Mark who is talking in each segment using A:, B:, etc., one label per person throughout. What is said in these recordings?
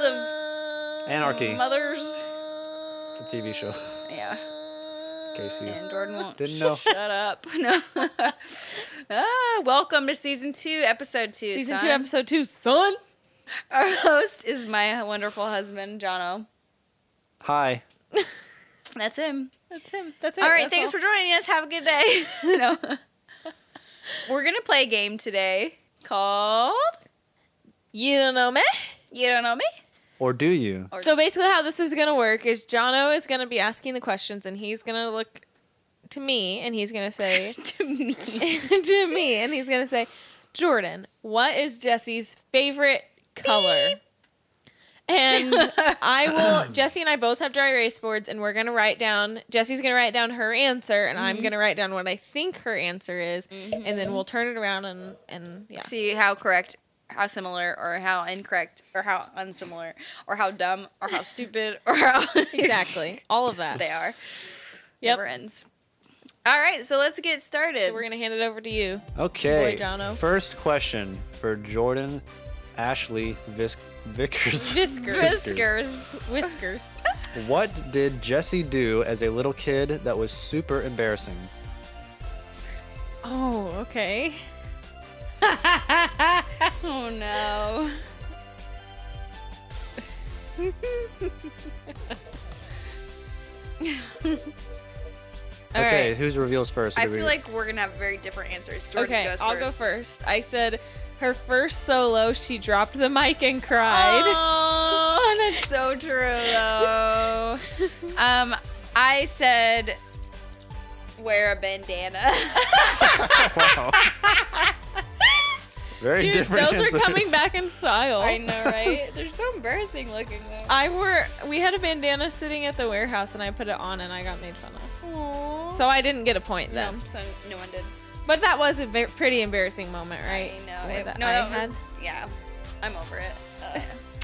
A: of
B: Anarchy.
C: Um,
A: mothers.
B: It's a TV show.
A: Yeah.
B: In case you
A: And Jordan won't
B: Didn't know.
A: shut up. No. ah, welcome to season two, episode two.
C: Season two,
A: son.
C: episode two, son.
A: Our host is my wonderful husband, Jono.
B: Hi.
A: That's him.
C: That's him. That's it.
A: All right, thanks for joining us. Have a good day. no. We're gonna play a game today called
C: you don't know me.
A: You Don't Know Me.
B: Or do you?
A: Or-
C: So basically, how this is gonna work is Jono is gonna be asking the questions, and he's gonna look to me, and he's gonna say
A: to me.
C: to me, and he's gonna say, Jordan, what is Jesse's favorite color? And I will. Jesse and I both have dry erase boards, and we're gonna write down. Jesse's gonna write down her answer, and I'm gonna write down what I think her answer is, and then we'll turn it around and and yeah.
A: See how correct, how similar, or how incorrect, or how unsimilar, or how dumb, or how stupid, or how
C: Exactly. All of that.
A: they are.
C: Yep.
A: Never ends. All right, so let's get started.
C: So we're gonna hand it over to you.
B: Okay.
C: Boy, Jono.
B: First question for Jordan Ashley Vis- Vickers.
C: Whiskers.
B: Whiskers.
C: Whiskers.
B: what did Jesse do as a little kid that was super embarrassing?
C: Oh, okay.
A: oh no.
C: All
B: okay,
C: right.
B: whose reveals first?
A: I
B: Do we-
A: feel like we're gonna have very different answers. Jordan
C: Okay,
A: goes
C: I'll go first. I said her first solo, she dropped the mic and cried.
A: Oh, that's so true though. um, I said wear a bandana.
B: wow. Very
C: Dude,
B: different.
C: those are coming back in style.
A: I
C: I,
A: know, right? They're so embarrassing looking though.
C: wore we had a bandana sitting at the warehouse and I put it on and I got made fun of. So I didn't get a point
A: no,
C: then.
A: so no one did.
C: But that was a ve- pretty embarrassing moment, right?
A: I know.
C: Or
A: It-
C: that
A: no,
C: I
A: that
C: had.
A: was yeah. I'm over it.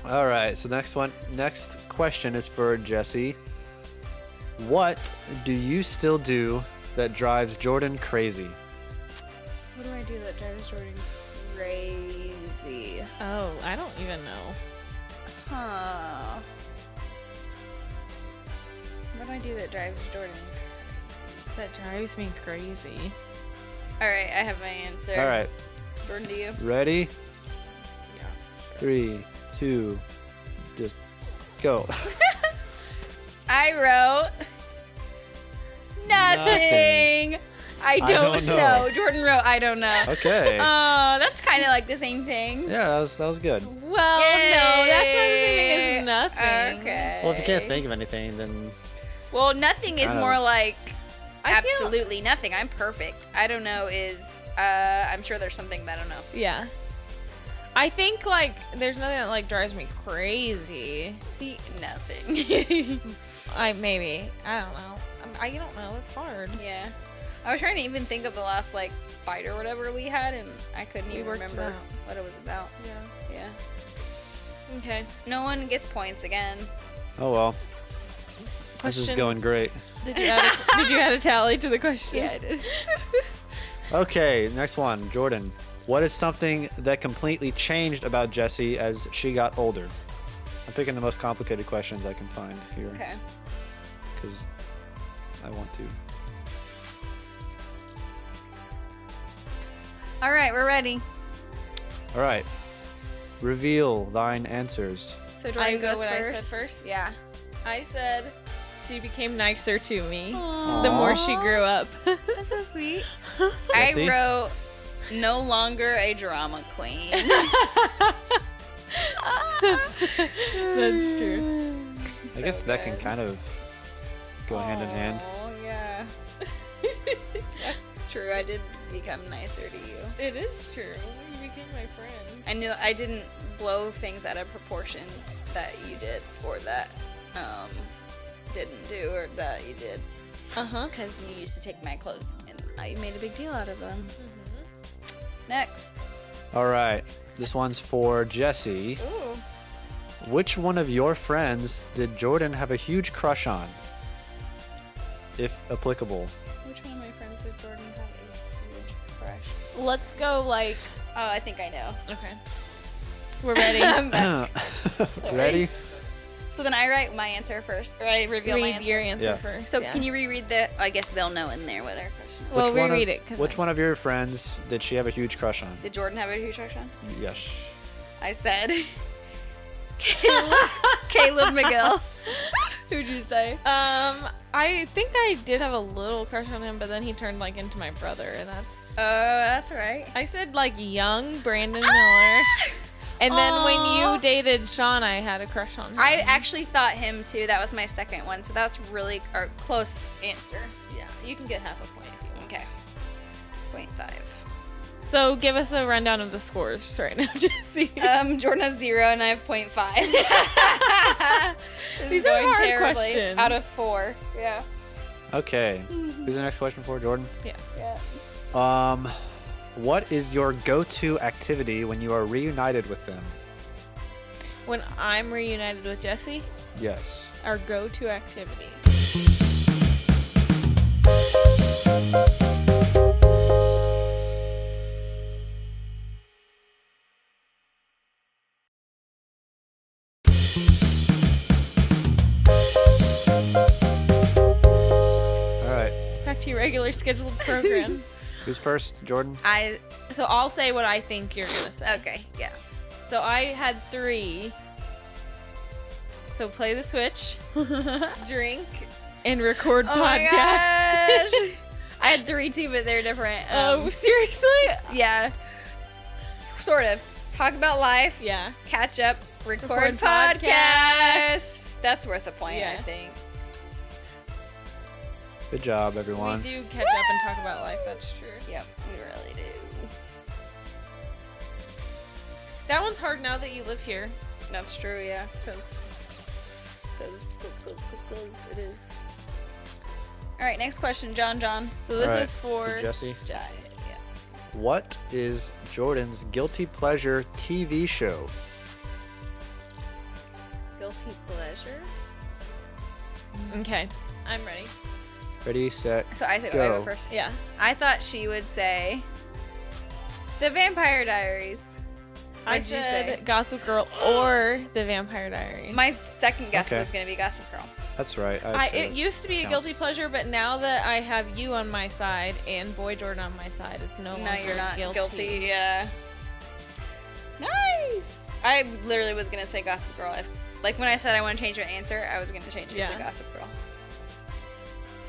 A: Uh,
B: All right. So next one, next question is for Jesse. What do you still do that drives Jordan crazy?
A: what do I do that drives Jordan crazy?
C: Oh, I don't even know.
A: Huh. What do I do that drives Jordan?
C: That drives me crazy.
A: All right, I have my answer.
B: All right.
A: Jordan, do you?
B: Ready? Three, two, just go.
A: I wrote nothing. I don't,
B: don't know.
A: know. Jordan wrote I don't know.
B: Okay.
A: Oh, that's kind of like the same thing.
B: yeah, that was, that was good.
C: Well, no, that's not the same thing
A: Yay.
C: as nothing.
A: Okay.
B: Well, if you can't think of anything, then
A: Well, nothing is
B: Kinda.
A: more like
C: I feel-
A: absolutely nothing. I'm perfect. I don't know is uh, I'm sure there's something, but I don't know.
C: Yeah. I think like there's nothing that like drives me crazy.
A: See, nothing.
C: I maybe I don't know. I'm, I don't know. It's hard.
A: yeah. I was trying to even think of the last like fight or whatever we had, and I couldn't
C: We
A: even
C: worked it
A: remember
C: out.
A: what it was about.
C: Yeah.
A: Yeah.
C: Okay.
A: No one gets points again.
B: oh well. This is
C: Question-
B: going great.
C: Did you add a, did you add a tally to the question?
A: Yeah, I did.
B: Okay, next one, Jordan. What is something that completely changed about Jessie as she got older? I'm picking the most complicated questions I can find here
A: okay.
B: because I want to.
A: All right, we're ready.
B: All right. Reveal thine answers.
A: So
C: I
A: Jordan
C: go
A: goes
C: what I
A: first.
C: said first?
A: Yeah.
C: I said she became nicer to me the more she grew up.
A: That's so sweet. I
B: Jesse?
A: wrote no longer a drama queen.
C: That's true.
B: I guess that can
A: good.
B: kind of go hand in hand.
A: Oh yeah. That's true. I did become nicer to you.
C: It is true. You became my friend.
A: I knew I didn't blow things out of proportion that you did or that um didn't do or that you did
C: Uh huh.
A: because you used to take my clothes and I made a big deal out of them. Next.
C: Oh.
B: All right. This one's for Jesse.
A: Ooh.
B: Which one of your friends did Jordan have a huge crush on? If applicable.
A: Which one of my friends did Jordan have a huge crush?
C: Let's go like
A: Oh, I think I know.
C: okay. We're ready.
A: I'm back.
B: Ready?
A: so then I write my answer first, or I reveal my
C: read
A: answer.
C: your answer
B: Yeah.
C: first.
A: So can you reread the? I guess they'll know in there what our question. is.
C: Well,
B: Which one of-
C: reread it, 'cause
B: Which
C: I-
B: one of your friends did she have a huge crush on?
A: Did Jordan have a huge crush on?
B: Yes.
A: I said. Caleb, Caleb Miguel. Who'd you say?
C: Um, I think I did have a little crush on him, but then he turned like into my brother, and that's.
A: Oh, that's right.
C: I said like young Brandon Miller, and then when
A: Aw.
C: you dated Sean, I had a crush on him.
A: I actually thought him too. That was my second one. So that's really our close answer.
C: yeah, you can get half a point. If you want.
A: Okay. Point five.
C: So give us a rundown of the scores right now, Jesse.
A: Um, Jordan has zero and I have point five. This is
C: These are
A: going
C: hard questions.
A: Out of four. Yeah.
B: Okay.
C: Mm-hmm.
B: Who's the next question for Jordan?
C: yeah.
A: Yeah.
B: Um, what is your go-to activity when you are reunited with them?
C: When I'm reunited with Jesse,
B: Yes.
C: our go-to activity.
B: All right.
C: Back to your regular scheduled program.
B: Who's first, Jordan?
A: I
C: so I'll say what I think you're gonna say.
A: okay. Yeah.
C: So I had three. So play the Switch, drink, and record
A: Oh my
C: podcasts.
A: gosh. I had three too, but they're different. Um,
C: oh, seriously?
A: yeah. Sort of. Talk about life.
C: Yeah.
A: Catch up. Record,
C: Record
A: podcast.
C: podcast.
A: That's worth a point, I
C: Yeah.
A: think.
B: Good job, everyone.
C: We do catch up and talk about life. That's true.
A: Yep. We really do.
C: That one's hard now that you live here.
A: That's true. Yeah. Cause, cause, cause, cause, cause, 'cause it is. All right. Next question, John. John.
C: So this
B: Alright.
C: is for
B: Jesse.
A: Jai. Yeah.
B: What is Jordan's guilty pleasure TV show?
A: Guilty pleasure.
C: Okay. I'm ready.
B: Ready, set.
A: So I say, oh, I go
B: Go.
A: first.
C: Yeah.
A: I thought she would say The Vampire Diaries.
C: I
A: What'd you
C: said
A: say?
C: Gossip Girl or The Vampire Diaries.
A: My second guess
B: Okay.
A: was going to be Gossip Girl.
B: That's right. I'd
C: I,
B: say
C: it
B: that's-
C: used to be a
B: counts.
C: guilty pleasure, but now that I have you on my side and Boy Jordan on my side, it's no
A: No,
C: longer
A: you're not Oh, guilty.
C: guilty.
A: Yeah. Nice. I literally was going to say Gossip Girl. If, like when I said I want to change my answer, I was going to change it
C: Yeah.
A: to Gossip Girl.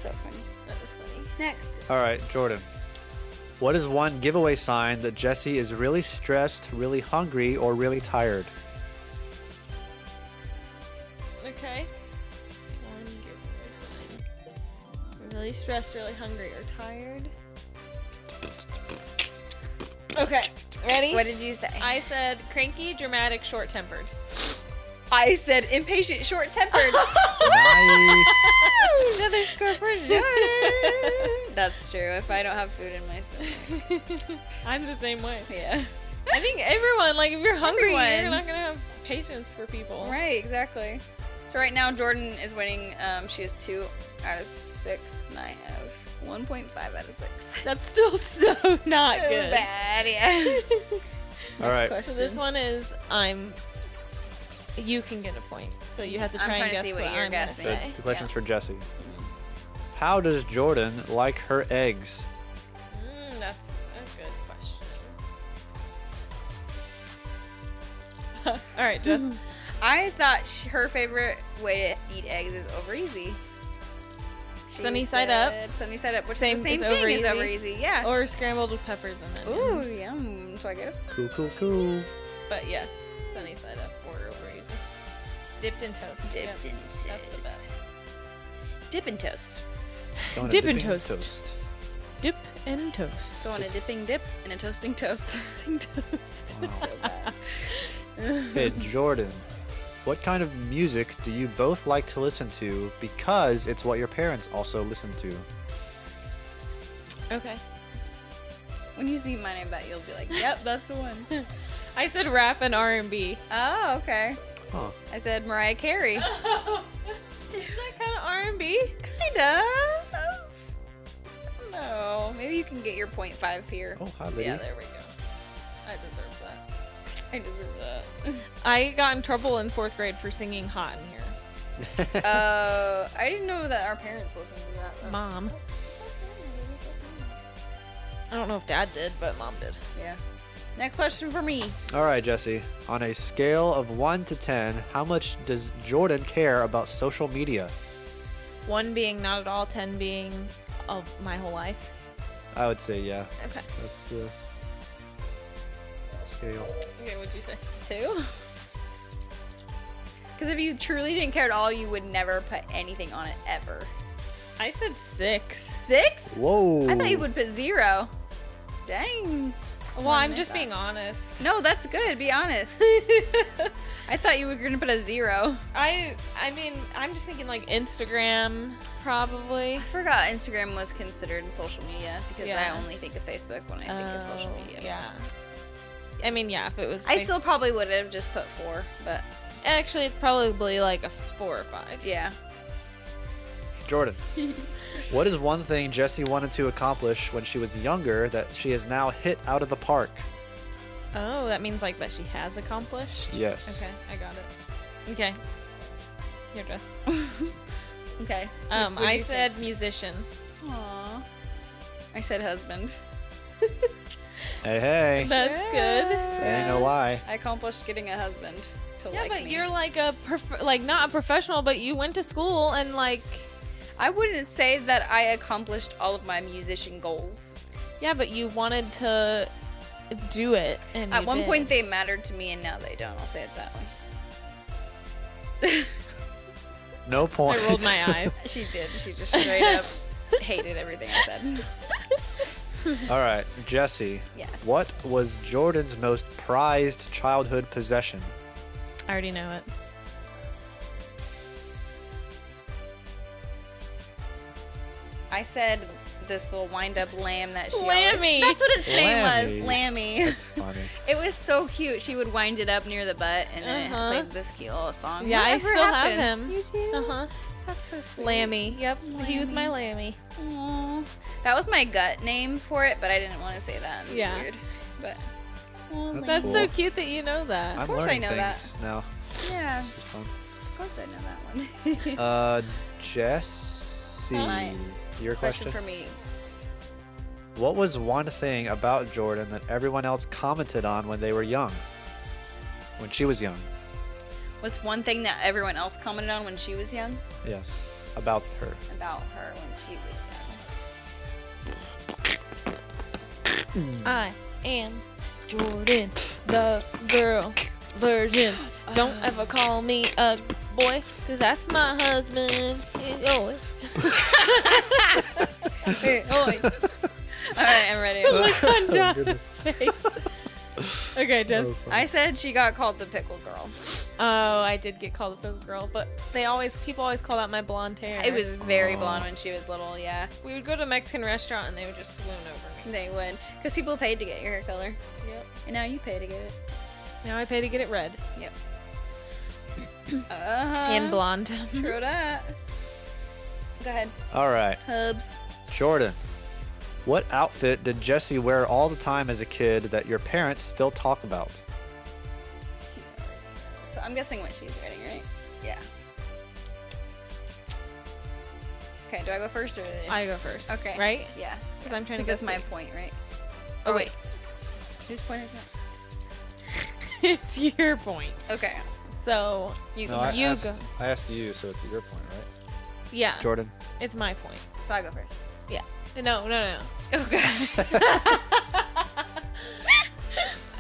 A: So funny.
C: That was funny.
A: Next.
B: All right, Jordan. What is one giveaway sign that Jesse is really stressed, really hungry, or really tired?
C: Okay. One giveaway sign. Really stressed, really hungry, or tired. Okay, ready?
A: What did you say? I,
C: I said cranky, dramatic, short tempered.
A: said impatient, short tempered.
B: Nice.
A: Another score for Jordan. That's true. If I don't have food in my stomach.
C: I'm the same way.
A: Yeah.
C: I think everyone, like, if you're hungry,
A: Everyone.
C: you're not gonna have patience for people.
A: Right, exactly. So right now Jordan is winning. Um, she is two out of six, nine out of one point five out of six.
C: That's still so not
A: So
C: good.
A: bad, yeah.
B: All right.
C: So this one is I'm. You can get a point, so you have to
A: I'm
C: try
A: trying to
C: and guess
A: see
C: what,
A: what you're
C: I'm gonna
A: guessing.
B: So
C: say.
B: the question's for Jesse. How does Jordan like her eggs?
C: Mm, that's a good question. All right, Jess.
A: I thought sh her favorite way to eat eggs is over easy. She
C: Sunny side up.
A: said Sunny side up, which
C: Same
A: is the same
C: as
A: thing
C: over
A: as
C: easy.
A: over easy. Yeah.
C: or scrambled with peppers in it.
A: Ooh, yum. So I get it.
B: Cool, cool, cool.
C: But yes, sunny side up or over easy. Dipped in toast.
A: Dipped
C: Yep,
A: in toast.
C: That's the best.
A: Dip and toast.
B: Going to
C: Dip and
B: dipping
C: toast. Dip and toast.
A: So on a dipping dip and a toasting toast. Toasting toast.
B: Hey, Jordan. What kind of music do you both like to listen to because it's what your parents also listen to?
C: Okay.
A: When you see mine, I bet you'll be like, "Yep, that's the one."
C: I said rap and R and B.
A: oh, okay.
B: Huh.
A: I said Mariah Carey.
C: Isn't that kind of R and B?
A: Kinda. No, maybe you can get your point five here.
B: Oh, hi, lady.
C: Yeah, there we go. I deserve that.
A: I deserve
C: I got in trouble in fourth grade for singing hot in here.
A: that. uh, I didn't know that our parents listened to that. Oh, though.
C: Mom. I don't know if dad did, but mom did.
A: Yeah. Next question for me.
B: All right, Jesse. On a scale of one to ten, how much does Jordan care about social media?
C: One being not at all, ten being of my whole life.
B: I would say yeah.
C: Okay.
B: That's the scale.
C: Okay, what'd you say? Two?
A: Because if you truly didn't care at all, you would never put anything on it ever.
C: I said six.
A: Six?
B: Whoa.
A: I thought you would put zero. Dang.
C: Well,
A: I
C: I'm
A: made
C: just
A: that.
C: being honest.
A: No, that's good. Be honest. I thought you were gonna put a zero.
C: I I mean, I'm just thinking like Instagram probably.
A: I forgot Instagram was considered social media because
C: Yeah.
A: I only think of Facebook when I think of social
C: Oh,
A: media.
C: Yeah. I mean, yeah, if it was
A: I
C: Face-
A: still probably would have just put four, but
C: Actually, it's probably like a four or five.
A: yeah.
B: Jordan. what is one thing Jesse wanted to accomplish when she was younger that she has now hit out of the park?
C: Oh, that means like that she has accomplished?
B: Yes.
C: Okay, I got it. Okay. Your dress.
A: Okay.
C: Um,
A: What'd
C: I
A: you
C: said musician.
A: Aw. I said husband.
B: Hey, hey.
C: That's good.
B: That ain't no lie.
A: I accomplished getting a husband to
C: Yeah,
A: like
C: but
A: me.
C: you're like a prof- like not a professional, but you went to school and like
A: I wouldn't say that I accomplished all of my musician goals.
C: yeah, but you wanted to do it. And
A: At
C: you
A: one
C: did.
A: point, they mattered to me, and now they don't. I'll say it that way.
B: No point.
C: I rolled my eyes.
A: She did. She just straight up hated everything I said.
B: All right, Jesse.
A: Yes.
B: What was Jordan's most prized childhood possession?
C: I already know it.
A: I said this little wind up lamb that she always-
C: Lammy.
A: that's what its name was.
B: Lammy.
A: Lammy.
B: That's funny.
A: It was so cute. She would wind it up near the butt and then
C: Uh-huh.
A: it played this cute little song.
C: Yeah, I
A: Whatever
C: still
A: happened?
C: have him.
A: You do?
C: Uh huh.
A: That's so sweet.
C: Lammy. Yep. He was my lammy.
A: Aw. That was my gut name for it, but I didn't want to say that. and
C: Yeah.
A: Weird. But
B: That's
C: That's
B: cool.
C: so cute that you know that.
B: I'm
A: course I
B: learning
A: know that.
B: things now.
A: yeah,
B: This is fun.
A: of course I know that one.
B: Uh, Jesse,
A: Hi.
B: your
A: Question
B: question.
A: for me.
B: What was one thing about Jordan that everyone else commented on when they were young? When she was young,
A: What's one thing that everyone else commented on when she was young
B: yes. About her.
A: about her when she was young?
C: I am Jordan, the girl version. Don't
A: Uh.
C: ever call me a boy, cause that's my husband. Oh,
A: Wait, oh, wait. All right, I'm ready.
C: Oh, okay, just.
A: I said she got called the pickle girl.
C: Oh, I did get called a big girl, but they always people always call out my blonde hair.
A: It was very blonde when she was little, yeah.
C: We would go to a Mexican restaurant and they would just swoon over me.
A: They would. Because people paid to get your hair color.
C: Yep.
A: And now you pay to get it.
C: Now I pay to get it red
A: Yep. Uh-huh.
C: blonde.
A: True that. Go ahead.
B: All right,
A: Hubs.
B: Jordan. What outfit did Jesse wear all the time as a kid that your parents still talk about?
A: So I'm guessing what she's writing, right? Yeah. Okay, do I go first or
C: I go first.
A: Okay.
C: Right?
A: Yeah.
C: Because I'm trying to
A: Because
C: guess
A: that's my
C: what-
A: point, right?
C: Oh wait,
A: Whose point is that?
C: it's your point.
A: Okay.
C: So
A: You go
B: No, I
A: first.
C: You
B: asked,
C: go.
B: I asked you, so it's your point, right?
C: yeah,
B: Jordan.
C: it's my point.
A: So I go first.
C: Yeah. No, no, no.
A: Oh god.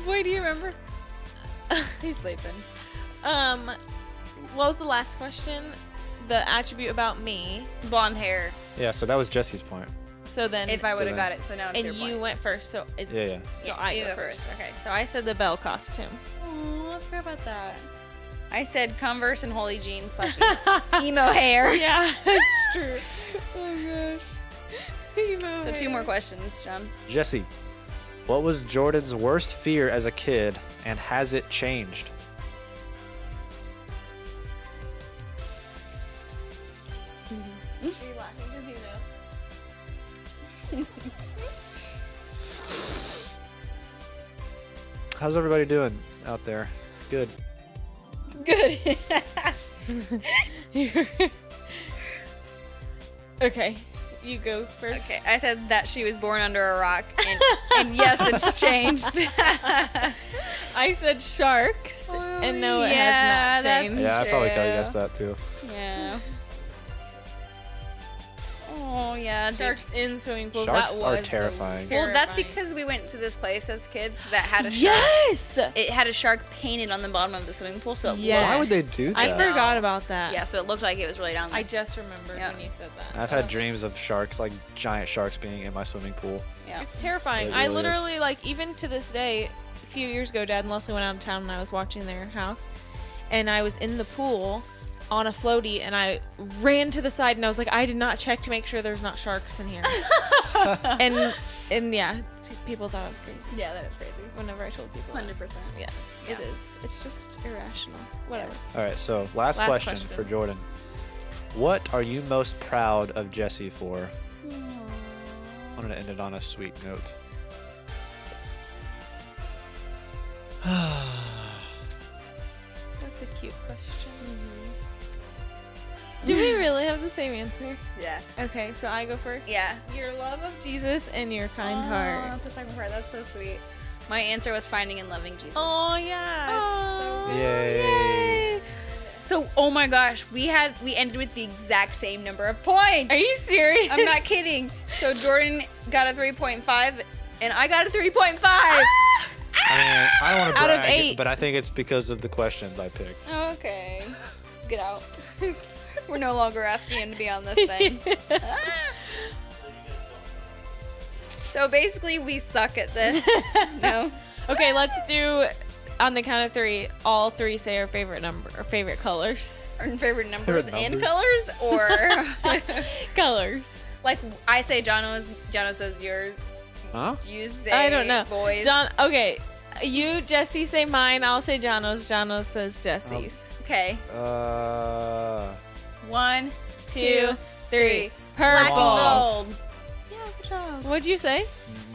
C: Boy, do you remember?
A: He's sleeping.
C: Um, what was the last question? The attribute about me.
A: Blonde hair.
B: Yeah, so that was Jesse's point.
C: So then,
A: If I would have
B: then-
A: got it, so now it's your
C: and you
A: point.
C: went first, so it's
B: Yeah, yeah.
C: So
A: Yeah,
C: I
A: you
C: go
A: go
C: first.
A: first.
C: Okay, so I said the bell costume.
A: Oh, I forgot about that. I said Converse and holy jeans slash emo hair.
C: Yeah, it's true. oh gosh. You know
A: So
C: it.
A: two more questions, John.
B: Jesse, what was Jordan's worst fear as a kid, and has it changed? How's everybody doing? out there. Good.
A: Good.
C: okay, you go first.
A: okay, I said that she was born under a rock, and, and yes, it's changed.
C: I said sharks, and no, it
A: Oh, Yeah,
C: has not
A: that's-
C: changed.
B: Yeah, I probably could have guessed
A: Yeah.
B: that too.
A: yeah. Oh yeah, dark.
C: Sharks in swimming pools.
B: Sharks
C: that
B: are
C: was the
B: terrifying.
A: Well, that's
C: terrifying.
A: because we went to this place as kids that had a shark.
C: yes.
A: It had a shark painted on the bottom of the swimming pool, so it
C: Yes.
A: looked,
B: Why would they do that?
C: I
A: know.
C: forgot about that.
A: yeah, so it looked like it was really down there.
C: I just remembered
A: Yeah.
C: when you said that.
B: I've had dreams of sharks, like giant sharks, being in my swimming pool.
A: yeah.
C: It's terrifying.
B: It
C: I
B: really is.
C: literally like even to this day. A few years ago, Dad and Leslie went out of town, and I was watching their house, and I was in the pool on a floaty, and I ran to the side, and I was like, I did not check to make sure there's not sharks in here, and and yeah, people thought I was crazy.
A: Yeah, that is crazy.
C: Whenever I told people, that.
A: Hundred percent.
C: yeah, it
A: Yeah.
C: is. It's just irrational. Whatever.
B: All right, so last,
C: Last
B: question,
C: question.
B: for Jordan. What are you most proud of Jesse for? I wanted to end it on a sweet note.
C: That's a cute question. Do we really have the same answer?
A: Yeah.
C: Okay, so I go first.
A: Yeah.
C: Your love of Jesus and your kind heart.
A: the second part. Ah, That's so sweet. My answer was finding and loving Jesus.
C: Oh yeah.
B: Aw, Yay.
A: So, oh my gosh, we had we ended with the exact same number of points.
C: Are you serious?
A: I'm not kidding. So Jordan got a 3.5, and I got a 3.5.
B: I mean, I don't want to
C: Out of
B: brag,
C: eight.
B: but I think it's because of the questions I picked.
A: Ah! Okay, get out. We're no longer asking him to be on this thing. so basically, we suck at this. No.
C: okay, let's do on the count of three. All three say our favorite number or favorite colors.
A: Our favorite numbers,
B: Favorite
A: and
B: numbers.
A: colors, or
C: colors.
A: like I say, Jono's. Jono says yours.
B: Huh?
A: You say
C: I don't know.
A: boys.
C: John. Okay, you Jesse say mine. I'll say Jono's. Jono says Jesse's.
A: Okay.
B: Uh,
A: One, two,
C: Two, three.
A: three.
C: Purple.
B: Wow.
A: gold. Yeah, good job.
C: What'd you say?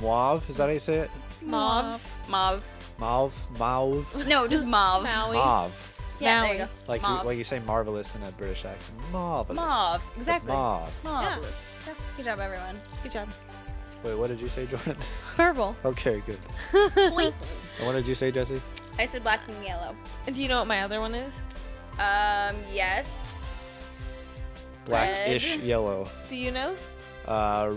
B: mauve? Is that how you say it?
C: Mauve.
A: Mauve.
B: Mauve? Mauve?
A: No, just mauve.
C: Maui.
B: Mauve.
A: Yeah, there
C: Maui.
A: you go.
B: Like you,
A: mauve.
B: like you say marvelous in a British accent. Marvelous.
A: Mauve,
B: Like
A: exactly.
B: Mauve.
A: Marvelous. Yeah, Good job, everyone.
C: Good job.
B: Wait, what did you say, Jordan?
C: Purple.
B: okay, good. And what did you say, Jesse?
A: I said black and yellow.
C: Do you know what my other one is?
A: Um, yes.
B: Blackish
A: Red.
B: yellow.
C: Do you know?
B: Uh,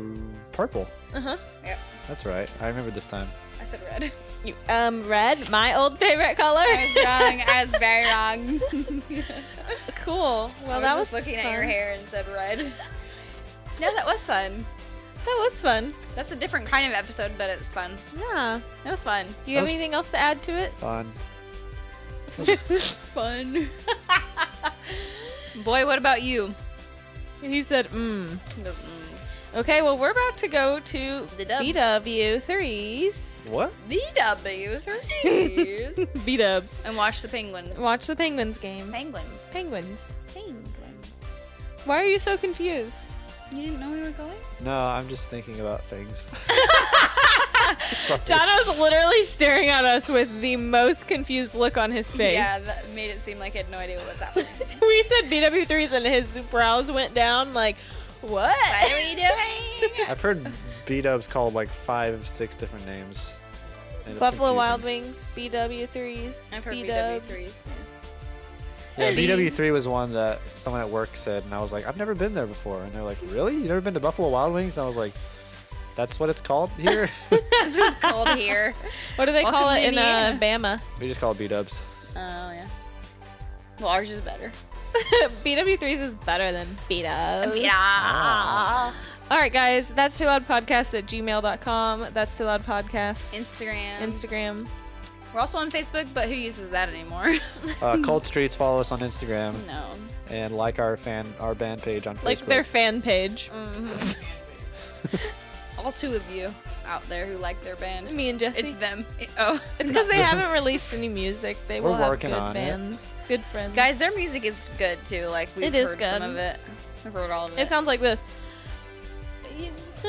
B: purple.
C: Uh huh.
A: Yep.
B: That's right. I remember this time.
A: I said red.
C: You, um, red, my old favorite color.
A: I was wrong. I was very wrong.
C: cool. Well,
A: I
C: that
A: was
C: was
A: just looking
C: fun.
A: at your hair and said red. no, that was fun.
C: That was fun.
A: That's a different kind of episode, but it's fun.
C: Yeah.
A: It was fun.
C: Do
B: That
C: you have
B: was-
C: anything else to add to it?
B: Fun.
A: Fun. Boy, what about you?
C: He said, mm. Okay, well, we're about to go to
A: The dubs.
C: BW3s.
B: What?
A: BW thirties.
C: B dubs.
A: and watch the penguins.
C: Watch the Penguins game.
A: Penguins.
C: Penguins.
A: Penguins.
C: Why are you so confused?
A: You didn't know we were going?
B: No, I'm just thinking about things. Sorry.
C: Jono's literally staring at us with the most confused look on his face.
A: Yeah, that made it seem like he had no idea what was happening.
C: we said BW3s and his brows went down like, what?
A: what are we doing?
B: I've heard B Dubs called like five, six different names. and it's
C: Buffalo Wild
B: confusing.
C: Wings, BW3s,
A: I've heard
C: B-dubs.
A: BW3s.
B: Yeah, BW3 was one that someone at work said, and I was like, I've never been there before. And they're like, Really? You've never been to Buffalo Wild Wings? And I was like, That's what it's called here?
A: It's just cold here.
C: What do they
A: Welcome
C: call
A: to
C: it in uh,
A: Indiana.
C: Bama?
B: we just call it B Dubs.
A: Oh yeah. Well, ours is better.
C: BW3s is better than Beta.
A: Yeah.
C: All right, guys. That's too loud podcast at gmail.com. That's too loud podcast.
A: Instagram.
C: Instagram.
A: We're also on Facebook, but who uses that anymore?
B: Uh, Cold Streets, follow us on Instagram
A: no.
B: and like our fan, our band page on
C: Like
B: Facebook.
C: their fan page.
A: Mm-hmm. All two of you out there who like their band.
C: Me and Jesse.
A: It's them. It- oh,
C: It's because they haven't released any music. They
B: We're
C: will have
B: working
C: good
B: on it.
C: bands, good friends.
A: guys. Their music is good too. Like we've
C: It is
A: heard
C: good.
A: some of it. We've heard all of it.
C: it sounds like this.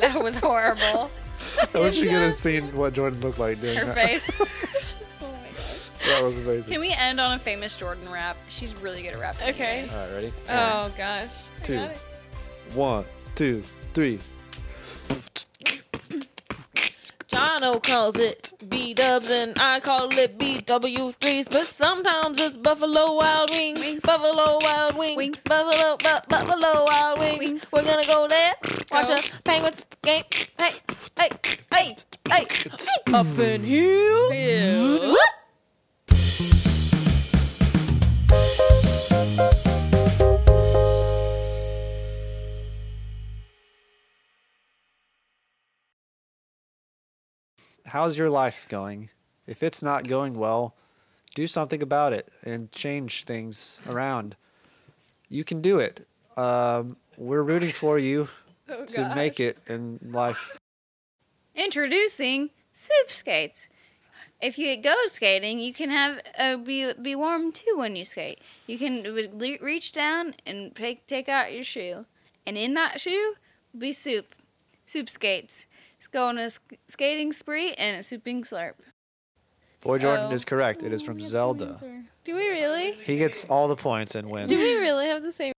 A: that was horrible.
B: I wish you could have seen what Jordan looked like doing
A: Her
B: that.
A: face. oh my gosh.
B: That was
A: Can
B: amazing.
A: we end on a famous Jordan rap? She's really good at rapping.
C: Okay.
A: anyways.
B: All right, ready?
C: Oh gosh. I
B: Two.
C: got it.
B: One, two, three.
C: Jono calls it B dubs and I call it BW threes, but sometimes it's Buffalo Wild Wings, Buffalo Wild Wings,
A: Wings.
C: Buffalo bu- Buffalo Wild Wings.
A: Wings.
C: We're gonna go there, watch
A: Go.
C: a Penguins game. Hey, hey, hey, hey, up in here. Whoop.
B: How's your life going? If it's not going well, do something about it and change things around. You can do it. Um, we're rooting for you
A: Oh,
B: to
A: gosh.
B: make it in life.
A: Introducing soup skates. If you go skating, you can have uh, be be warm too when you skate. You can re- reach down and take take out your shoe, and in that shoe be soup, soup skates. Let's go on a sk- skating spree and a souping slurp.
B: Boy Jordan
A: Oh.
B: is correct. It is from Zelda.
C: Do we really?
B: He gets all the points and wins.
C: Do we really have the same?